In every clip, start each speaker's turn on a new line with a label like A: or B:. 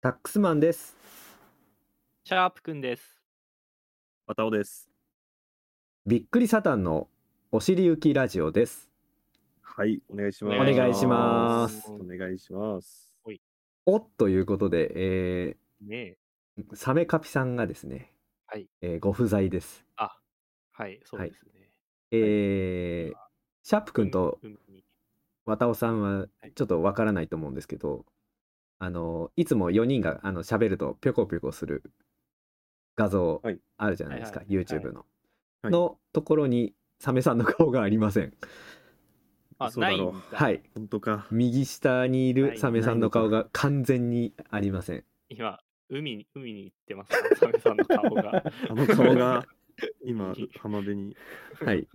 A: タックスマンです。
B: シャープくんです。
C: わたおです。
A: びっくりサタンのお尻行きラジオです。
C: はい、お願いします。
A: お願いします
C: お願いします。
A: おっということで、え
B: ねえ。
A: ーサメカピさんがですね、
B: はい
A: えーご不在です。
B: はい、そうですね。
A: えーシャープくんと
B: 海に
A: ワタオさんはちょっとわからないと思うんですけど、あのいつも4人があの喋るとぴょこぴょこする画像
C: はい
A: あるじゃないですか、
B: はいはいはい
A: YouTube の、
C: はい
A: のところにサメさんの顔がありません。
B: あ、
C: そう
B: な
C: だ
B: い
C: ろ
B: ん
C: う
B: だ。
A: はい。
C: 本当か。
A: 右下にい
B: は
A: る
B: い
A: サメさんの顔が完全にありません。
B: 今、海に、海に行ってますから。サメさんの顔が。
C: あの顔 が今浜辺に。
A: はい。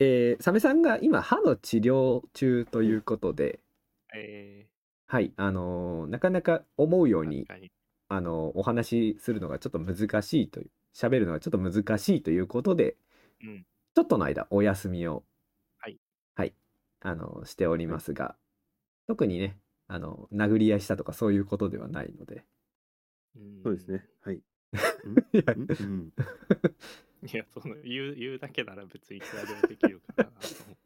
A: えー、サメさんが今歯の治療中ということで、
B: え
A: はい、あのーなかなか思うよう
B: ー、
A: に
B: 確、かに。
A: あのーお話しするのがちょっと難しいという、喋るのがちょっと難しいということで、
B: うん
A: ちょっとの間お休みを、
B: はい、
A: はい、あのーしておりますが、特にね、あのー殴り合いしたとかそういうことではないので、
B: ん
C: そうですね。。はい。
A: いや
C: んうん。
B: いや、その、言う、言うだけなら別にいくらでもできるかなと思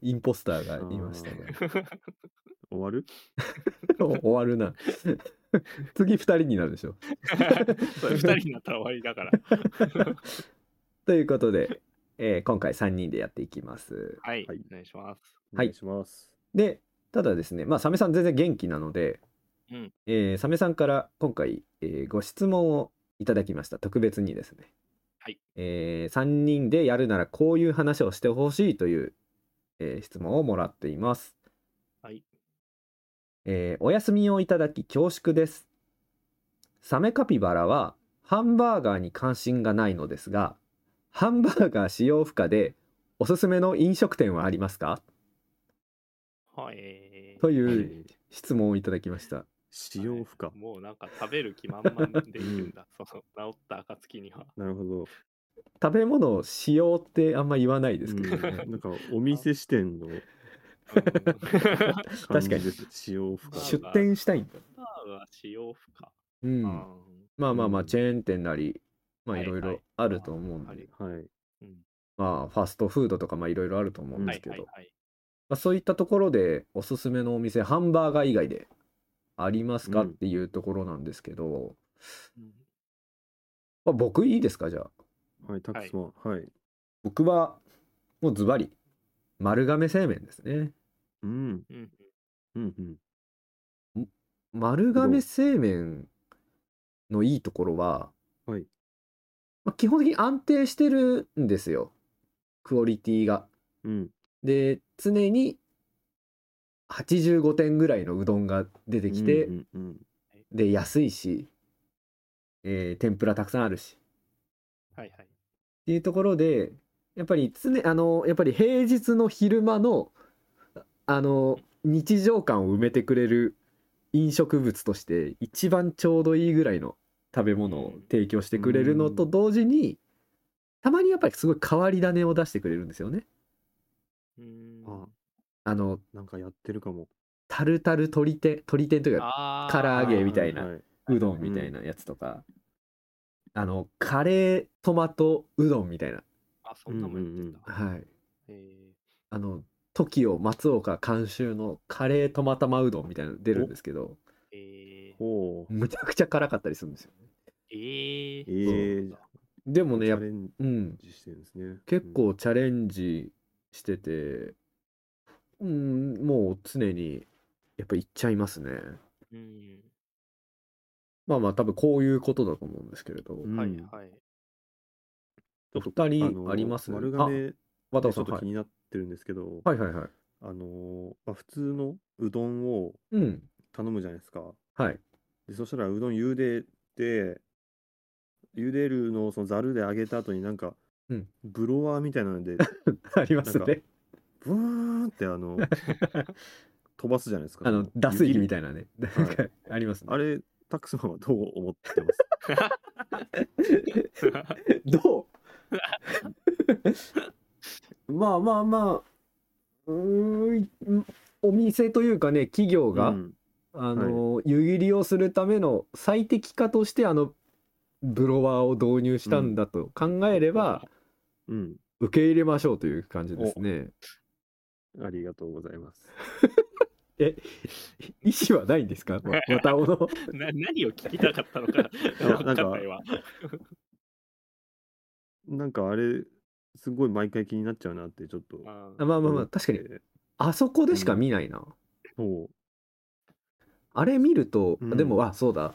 A: インポスターがいましたね。
B: って。
C: 終わる？
A: 終わる な。次2人になるでしょ。
B: それ二人になったら終わりだから。
A: ということで、えー今回3人でやっていきます。
B: はい、
C: はい
B: お願いします。
C: お
A: はい
C: 願いします。
A: で、ただですね、まあ、サメさん全然元気なので、
B: うん
A: えーサメさんから今回、えーご質問をいただきました。特別にですね。
B: はい
A: え3人でやるならこういう話をしてほしいという、えー質問をもらっています。
B: はい。
A: えーお休みをいただき恐縮です。サメカピバラはハンバーガーに関心がないのですが、ハンバーガー使用負荷でおすすめの飲食店はありますか
B: はい。えー
A: とい
C: え
A: う
C: ー
A: 質問をいただきました。
C: 使用負荷。
B: もうなんか食べる気満々でいるんだ。その、治った暁には。
C: なるほど。
A: 食べ物を使用ってあんま言わないですけどね、
C: うんなんかお店視点の
B: うん
C: 感
A: 確
C: じ
A: かに
C: です。使
B: う
C: 用負
B: ん
C: 荷。
A: 出店したいんだ。
B: ハンバーガーは使用負荷。
A: うん、
B: う
A: まあまあまあチェーン店なり、まあ
B: はいい
A: ろい
B: は
A: ろ
B: い
A: あると思うんで、
B: はい
C: はい。
A: まあファストフードとかまあいろいろあると思うん
B: んは
A: ですけ
B: い
A: ど、
B: はいはい。
A: まあ、そういったところでおすすめのお店ハンバーガー以外でありますか
C: う
A: っ
C: ん
A: ていうところなんですけど、
B: うん
A: まあ、僕いいですかじゃあ
C: はい。タックスマン。はい。
A: 僕はもうズバリ丸亀製麺ですね
C: うん
B: うん
C: うんうん。
A: 丸亀製麺のいいところは、
C: はい
A: まあ、基本的に安定してるんですよクオリティが
C: うん。
A: で常に85点ぐらいのうどんが出てきて、
C: うんうんうん。
A: で安いし、えー天ぷらたくさんあるしっ
B: はいはい。
A: ていうところでやっぱり常あのやっぱり平日の昼間のあの日常感を埋めてくれる飲食物として一番ちょうどいいぐらいの食べ物を提供してくれるのと同時にたまにやっぱりすごい変わり種を出してくれるんですよね。
B: うーん
C: あ
A: あの
C: なんかやってるかも。
A: タルタル鶏天鶏天というか
B: あ
A: 唐揚げみたいな
C: ははは
A: うどんみたいなやつとか、あのカレートマトうどんみたいな、
B: あ、そんなもんやってんだ。
A: はい、
B: え
A: あの TOKIO 松岡監修のカレートマ玉うどんみたいなの出るんですけど
B: ーえー
C: ほう。
A: むちゃくちゃ辛かったりするんですよね
B: え
C: え
B: ー
C: ー、
A: でもね
C: チ
A: やっ
C: ャレン
A: うん、
C: ジしてるんですね。
A: 結構チャレンジしてて、うん、もう常にやっぱ行っちゃいますね
B: うん
A: まあまあ多分こういうことだと思うんですけれど、
C: うん
B: はいはい。
A: お二人あります
C: 丸亀、
A: あ渡
C: ちょ
A: 尾さ
C: っ
A: ん、
C: と
A: は
C: 気
A: い、
C: になってるんですけど、
A: はいはいはい
C: あのーまあ、普通のうどんを
A: うん
C: 頼むじゃないですか。
A: はい
C: でそしたらうどん茹でて、茹でるのをそのざるで揚げた後になんか、
A: うん
C: ブロワーみたいなの で、
A: あります
C: なん
A: ね
C: ブーンって あの飛ばすじゃないですか。
A: あの脱水機み
C: い
A: たいなね、
C: はい
A: なんかありますね
C: あれ、タックスマンはどう思ってます
A: どう まあまあまあうーんお店というかね企業が、
C: うん
A: あの、湯切りをするための最適化としてあのブロワーを導入したんだと考えれば、
C: うん。
A: 受け入れましょうという感じですね。
C: ありがとうございます。
A: 意思はないんです か、ま、またおの。
B: な何を聞きたかったの か
C: や
B: 分かんないわ。
C: なんかあれ、すごい毎回気になっちゃうなって、ちょっと。
B: あー
A: まあまあまあ、確かに、あそこでしか見ないな。
C: そう。
A: あれ見ると、
C: うん
A: でも、あ、そうだ。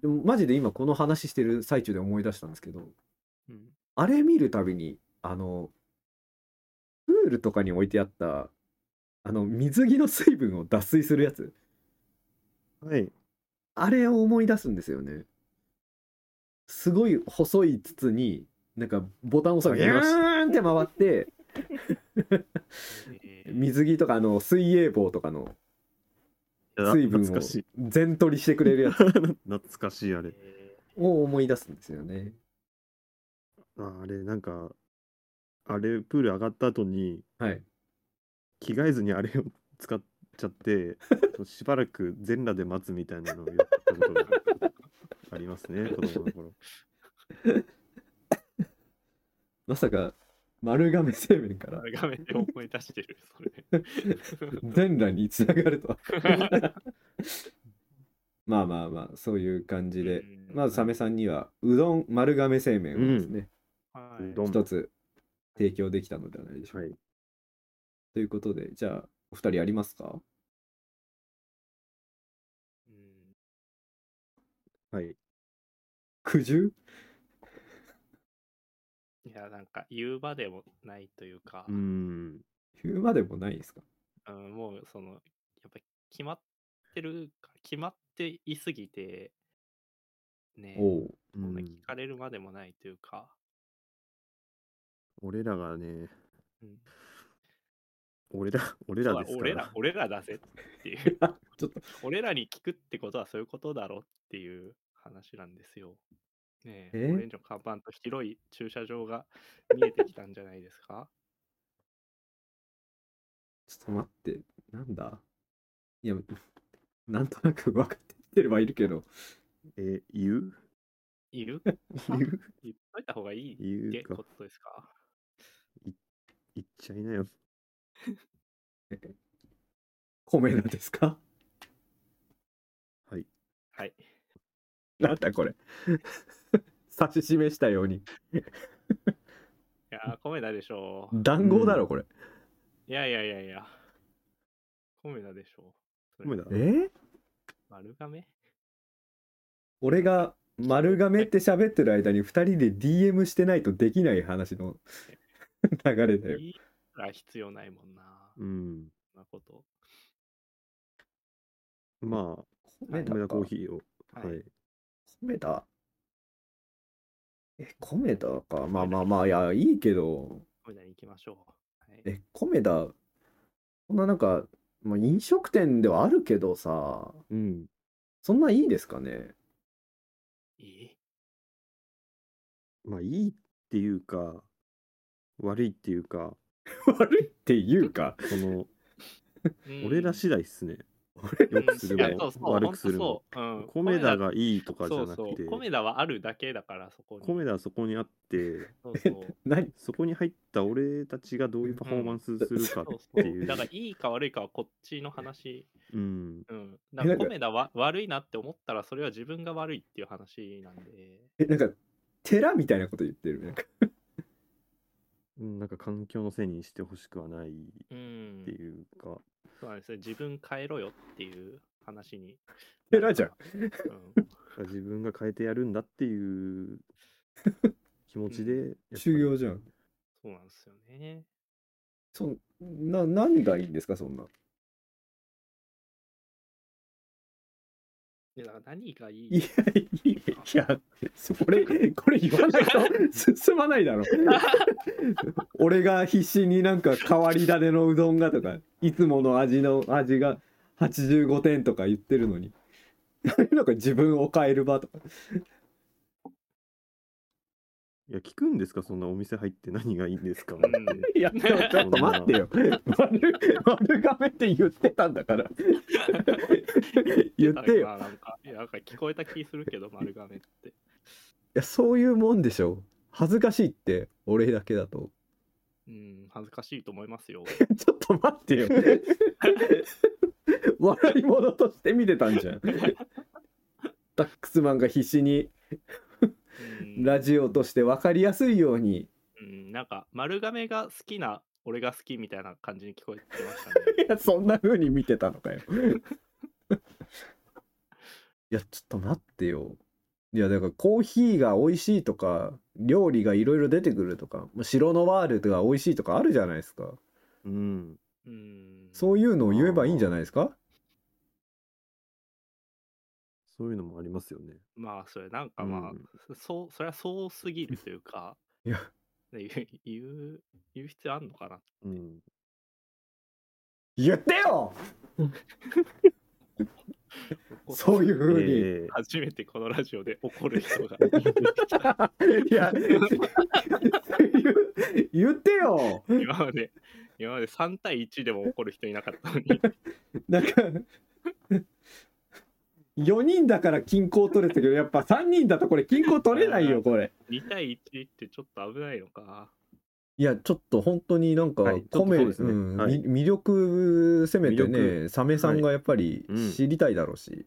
A: でもマジで今この話してる最中で思い出したんですけど、
B: うん
A: あれ見るたびに、あの、プールとかに置いてあった、あの、水着の水分を脱水するやつ、
C: はい。
A: あれを思い出すんですよね。すごい細い筒に、なんかボタンを押すと、
C: あ
A: ギ
C: り
A: ュ
C: ました
A: ーンって回って、
B: えー
A: 水着とか、あの、水泳帽とかの水分
C: 懐
A: を
C: かしい。
A: 全取りしてくれるやつ
C: 懐かしい、あれ。
B: え
A: を思い出すんですよね。
C: ああれ、なんか、あれ、プール上がった後に、
A: はい。
C: 着替えずにあれを 使っちゃって、しばらく全裸で待つみたいなのをやったことがありますね、子供の 頃。
A: まさか、丸亀製麺か
B: ー
A: ら
B: 画面で思い出してる、それ。
A: 全裸につながるとは。まあまあまあ、そういう感じで。
B: うん
A: まず、サメさんには、うどん丸亀製麺をですね、
B: は
C: う
B: い
C: どん。
A: 一つ提供できたのではないでしょうか。
C: はい。
A: ということで、じゃあ、お二人ありますか
B: うん
C: はい。
A: 苦渋
B: いや、なんか言う場でもないというか、
C: うん。
A: 言うまでもないですか
B: うんもうその、やっぱ決まってるか、決まっていすぎて、ね、
A: おおう。
C: う
B: そんなん聞かれるまでもないというか、
C: 俺らがね、
B: うん
C: 俺ら、俺ら
B: そう
C: ですか
B: 俺
C: ら
B: ら、。俺らだぜって いう、
A: ちょっと、
B: 俺らに聞くってことはそういうことだろっていう話なんですよ。ね
A: え
B: え、オレンジの看板と広い駐車場が見えてきたんじゃないですか
A: ちょっと待って、なんだいや、なんとなく分かってきてればいるけ ど、
C: え、言う
B: いる
C: 言う
B: 言っといた方がいいっ
C: 言
B: て
C: うか
B: こ。とですか
C: 言っちゃいなよ。
A: 米なんですか
C: はい。
B: はい。
A: なんだこれ 指し示したように
B: いやー、コメダでしょう。
A: 談合だろこれ、
B: いやいやいやいや。コメダでしょう。
C: 米だ。
A: え
B: 丸亀
A: 俺が丸亀って喋ってる間に2人で DM してないとできない話の流れだよ
B: いいら必要ないもんな。
C: うん。
B: そんなこと。
C: まあ、
A: 米
C: 米田
A: か
C: コーヒーを。
B: はい
C: はい。
A: 米だえ米だかまあまあまあいやいいけど
B: コメダに行きましょう。はい、
A: え米だそんななんか、まあ、飲食店ではあるけどさ
C: うん。
A: そんないいですかね
B: いい
C: まあ、いいっていうか、悪いっていうか、
A: 悪いっていうか
C: その、
B: うん
C: 俺ら次第っす ね。
A: 俺
C: 良くする
B: うんいやそう
C: も
B: そう
C: 悪くするも
B: ほ。んとそううん
C: コメダがいいとかじゃな
B: そう
C: く
B: そ
C: て
B: う。、コメダはあるだけだから、そこに。
C: コメダはそこにあって、
B: そうそう。
A: 何
C: そこに入った俺たちがどういうパフォーマンスする
B: そう
C: かって
B: そう
C: いう。
B: だからいいか悪いかはこっちの話。
C: うん。
B: うん。だ
A: な
B: から
A: んか
B: コメダは悪いなって思ったらそれは自分が悪いっていう話なんで。
A: えなんか寺みたいなこと言ってるなんか
C: うんなんか環境のせいにしてほしくはないっ
B: うん
C: て。いうか、
B: そうなんですよ。自分変えろよっていう話に。
A: 偉いじゃん
B: うん。
C: 自分が変えてやるんだっていう気持ちで、やっぱり
A: 修行じゃん
B: そうなんですよね。
A: そな何がいいんですかそんな
B: でだから何がいい
A: いやいやいやこれこれ言わない と進まないだろ俺が必死になんか変わり種のうどんがとかいつもの味の味が85点とか言ってるのに なんか自分を変える場とか
C: いや聞くんですかそんなお店入って何がいいんですか、
B: うん
A: いや、でもちょっと待ってよ。丸、丸亀って言ってたんだから。言ってよ。い
B: まあなんか、いやなんか聞こえた気するけど、丸亀って。
A: や、そういうもんでしょ。恥ずかしいって、俺だけだと。
B: うん、恥ずかしいと思いますよ。
A: ちょっと待ってよ。笑い物として見てたんじゃん。ダックスマンが必死に
B: うん
A: ラジオとして分かりやすいように。
B: うん、なんか、丸亀が好きな、俺が好きみたいな感じに聞こえてま した
A: いや、そんな風に見てたのかよ。いや、ちょっと待ってよ。いや、だからコーヒーが美味しいとか、料理がいろいろ出てくるとか、まあシロノワールとか美味しいとかあるじゃないですか。
C: うん、
B: ね。うん、
A: そういうのを言えばいいんじゃないですか
C: そういうのもありますよね。
B: まあ、それ、なんかまあ、
C: うん
B: そう、それはそうすぎるというか、
A: いや、
B: ね言う、言う、言う必要あんのかな。
C: うん、
A: 言ってよそういう風に。
C: えー
B: 初めてこのラジオで怒る人が。
A: いや、言言ってよ。
B: 今まで、今まで3対1でも怒る人いなかったのに。
A: なんか、4人だから均衡取れてるけど、やっぱ3人だとこれ均衡取れないよ、これ。
B: 2対1ってちょっと危ないのか。
A: いや、ちょっと本当になんか、
C: はい
A: コメ
C: ちょっとそうですね
A: うん
C: はい
A: み魅力せめて
C: 魅
A: ね、サメさんがやっぱり
C: はいうん
A: 知りたいだろうし、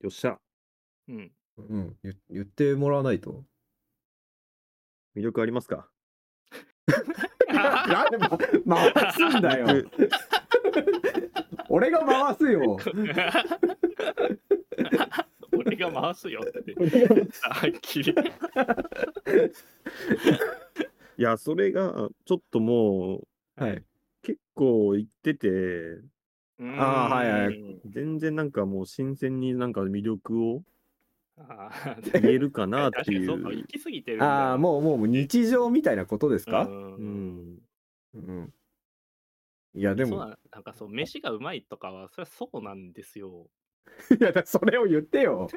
C: よっしゃ、
B: うん。
A: うん、言言ってもらわないと。
C: 魅力ありますか
A: なんでま回すんだよ。俺が回すよ。
B: 俺が回すよって。あきり。。
C: いや、それがちょっともう
A: はい。
C: 結構言ってて、
A: あーはいはい
C: 全然なんかもう新鮮になんか魅 力を
B: ああ、
C: 言えるかなっ
B: 確
C: て
B: かに
C: い
B: そうか、
C: う
B: 行。き過ぎてるんだよ。
A: ああ、もうもう日常みたいなことです
B: う。
A: か、
C: うんん、
A: うんいやで
B: でも
A: も、
B: なんかそう、飯がうまいとかは、それはそうなんですよ。
A: いやだそれを言って よ。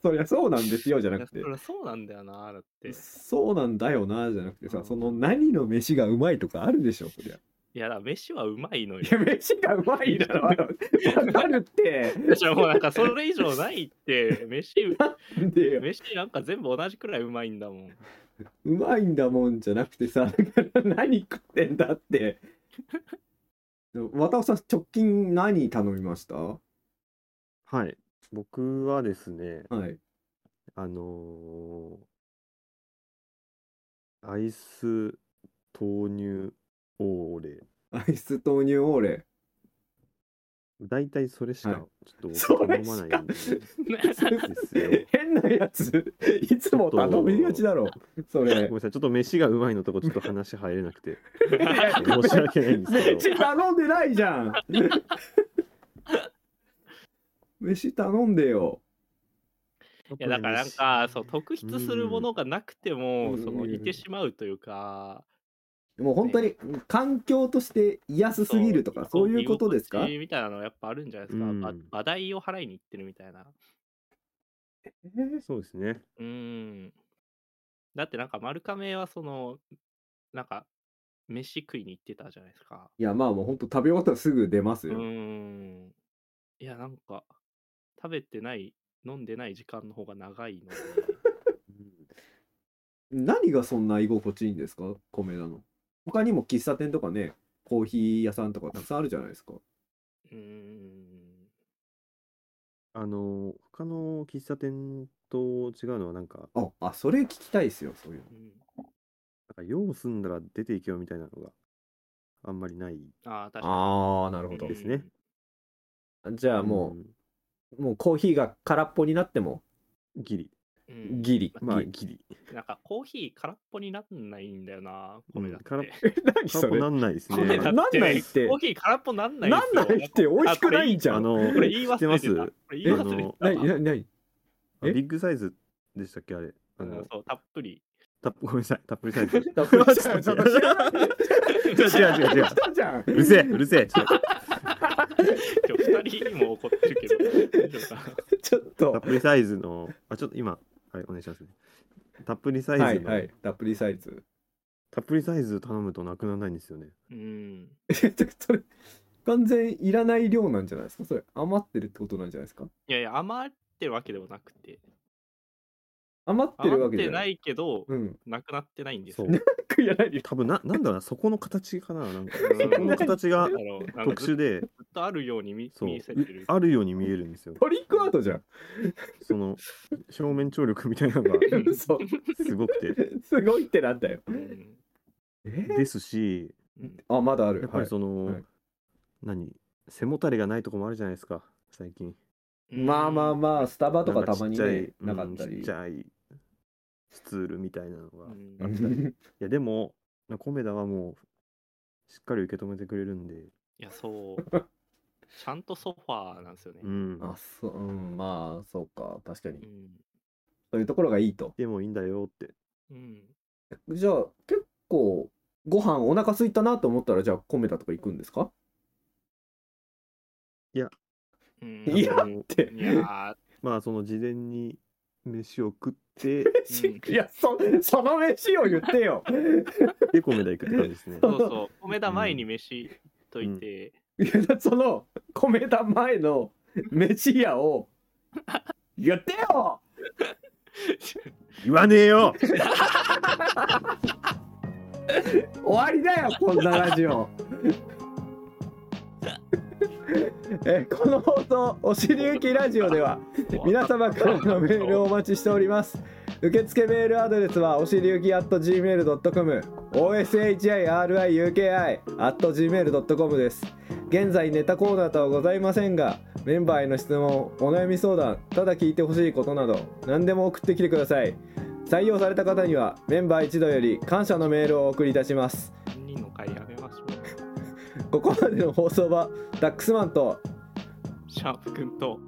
A: そりゃそうなんですよじゃない
B: や
A: く
B: それ
A: て、
B: はそうなんだよな、だって。
A: そうなんだよなじゃなくて
B: う
A: さ、
B: ん
A: その何の飯がうまいとかあるでしょ、そりゃ。
B: いや、だから飯はうまいのよ
A: い。や、飯がうまいだ ろ、わかるって。
B: じゃもうなんかそれ以上ないって、 飯、
A: でよ
B: 飯なんか全部同じくらいうまいんだ もん。
A: うまいんだもんじゃなくてさ、だから何食ってんだって。渡尾さん、直近何頼みましたは
C: はい。僕はですね、
A: い。
C: あのーアイス豆乳オーレ。
A: アイス豆乳オーレ。
C: だいたいそれしか、
A: はい
C: ちょっと
A: そ
C: 僕
A: れ
C: 頼
A: し
C: まないん
A: か
C: で。すよ
A: 変なやついつも頼みがちだろそ
C: ごめ
A: れ
C: んなさい、ちょっと飯がうまいのとこちょっと話入れなくて、申し訳ないんですけど、
A: 飯頼んでないじ ゃん飯頼んでよ
B: いやだからなんかそう特筆するものがなくても、
A: うん
B: そのいてしまうというか、
A: もう本当に環境として安すぎるとか
B: そ
A: そういうことです
B: 居
A: か
B: 心地みたいなのやっぱあるんじゃないですか、
C: うん
B: ば話題を払いに行ってるみたいな
C: そうですね。
B: うんだってなんか丸亀はそのなんか飯食いに行ってたじゃないですか
A: いやまあもう本当食べ終わったらすぐ出ます
B: う
A: よ、
B: んいやなんか食べてない飲んでない時間の方が長いので
A: 何がそんな居心地いいんですか米田の他にも喫茶店とかねコーヒー屋さんとかたくさんあるじゃないですか
B: うん
C: あのー、他の喫茶店と違うのはなんか、
A: ああそれ聞きたいですよそういうの
B: うん
C: なんか用を済んだら出ていけよみたいなのがあんまりない。
B: ああ確か
A: ああなる
B: に
C: ですね
A: じゃあもう、
C: うん
A: もうコーヒーが空っぽになっても
C: ギリ。
B: うんうん
A: ギリ。
C: まあ、
A: ギ
C: ギリ。
B: なんかコーヒー空っぽになんないんだよな、米だって。
C: 空っ
A: リ。何
C: そこなんないです
A: ぽ
B: 米
C: ね
A: な。
B: だ
A: んないって
B: コーヒー空っぽなんないん
A: なんないって美味しくないんじゃ
C: あ
A: ん。
C: の
B: こ れ言い
C: 知って
B: 忘
C: ま
B: れてた。
C: す
B: これ言い忘れてた。
A: 何何何
C: あ
A: え
C: ビッグサイズでしたっけあれ。あ
B: う
C: の
B: んそう、たっぷり。
C: たごめんなさい、たっぷりサイズ。
A: ダブルチャージ
C: ちょっと知らない違う違う違う違う
A: 来たじゃん。
C: うるせえ、うるせえ。ちょっと
B: 今日二人にも怒ってるけど。大丈夫か
A: ちょった
C: っ
A: と
C: ぷりサイズの、あ、ちょっと今、あはい、お願いします、ね。たっぷりサイズの、
A: はいはいたっぷりサイズ
C: たっぷりサイズ頼むとなくならないんですよね。
B: うん。
A: それ完全いらない量なんじゃないですかそれ余ってるってことなんじゃないですか
B: いやいや、余ってるわけでもなくて。
A: 余ってる
B: 余
A: わ
B: っ
A: けじ
B: て
A: ゃな
B: ないいけど、
A: うん
B: なくなってないんです
C: そ
B: よ。
C: う。
A: いらない量
C: 多分な、なんだろうな、そこの形かな。なん か、
B: うん
C: そこの形が
B: だからなんか
C: 特殊
B: ず
C: で、
B: ずっとあるように見
C: そう
B: 見せてる、。
C: あるように見えるんですよ。
A: トリックアートじゃん
C: その、表面張力みた いなのが
B: うん
A: 嘘
C: すごくて。
A: すごいってなんだよ
B: うん
A: え
C: ですし、
B: うん
A: あまだある
C: やっぱりその、
A: はい
C: 何、背もたれがないとこもあるじゃないですか、最近。
B: うん
A: まあまあまあスタバとか
C: なん
A: た
C: ち
A: ま
C: っ
A: に
C: ちゃい
A: ねなか
C: う
A: っ
C: ん
A: た
C: ちっ
A: り
C: ちゃいスツールみたいなのが。
B: う
C: い
B: ん
A: うん
B: い
C: や、でも、コメダはもう、しっかり受け止めてくれるんで、
B: や、そう。ちゃんとソファーなんですよね。
C: うん。
A: あそううんまあそうか確か
B: う
A: に
B: ん。
A: そういうところがいいと
C: でもいいんだよって。
B: うん
A: じゃあ結構ご飯お腹空いたなと思ったらじゃあコメダとか行くんですか
B: うん
A: いや
C: あの
A: って
B: いやー
C: まあ、その事前に飯を食って、
A: いやそその飯を言ってよ
C: で、コメダ行くって感じです ね。
B: そうそう、米田前に飯といて、
A: いやその米田前の飯屋を言ってよ
C: 言わねえよ
A: 終わりだよこんなラジ オえこの放送「おしりゆきラジオ」では 皆様からのメールをお待ちしております受付メールアドレスはおしりゆき at gmail.com oshiriuki at gmail.com です現在ネタコーナーとはございませんがメンバーへの質問お悩み相談ただ聞いてほしいことなど何でも送ってきてください採用された方にはメンバー一同より感謝のメールをお送りいたします
B: 人の会やめましょう。
A: ここまでの放送はダックスマンと
B: シャープくんと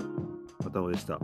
C: 片尾でした。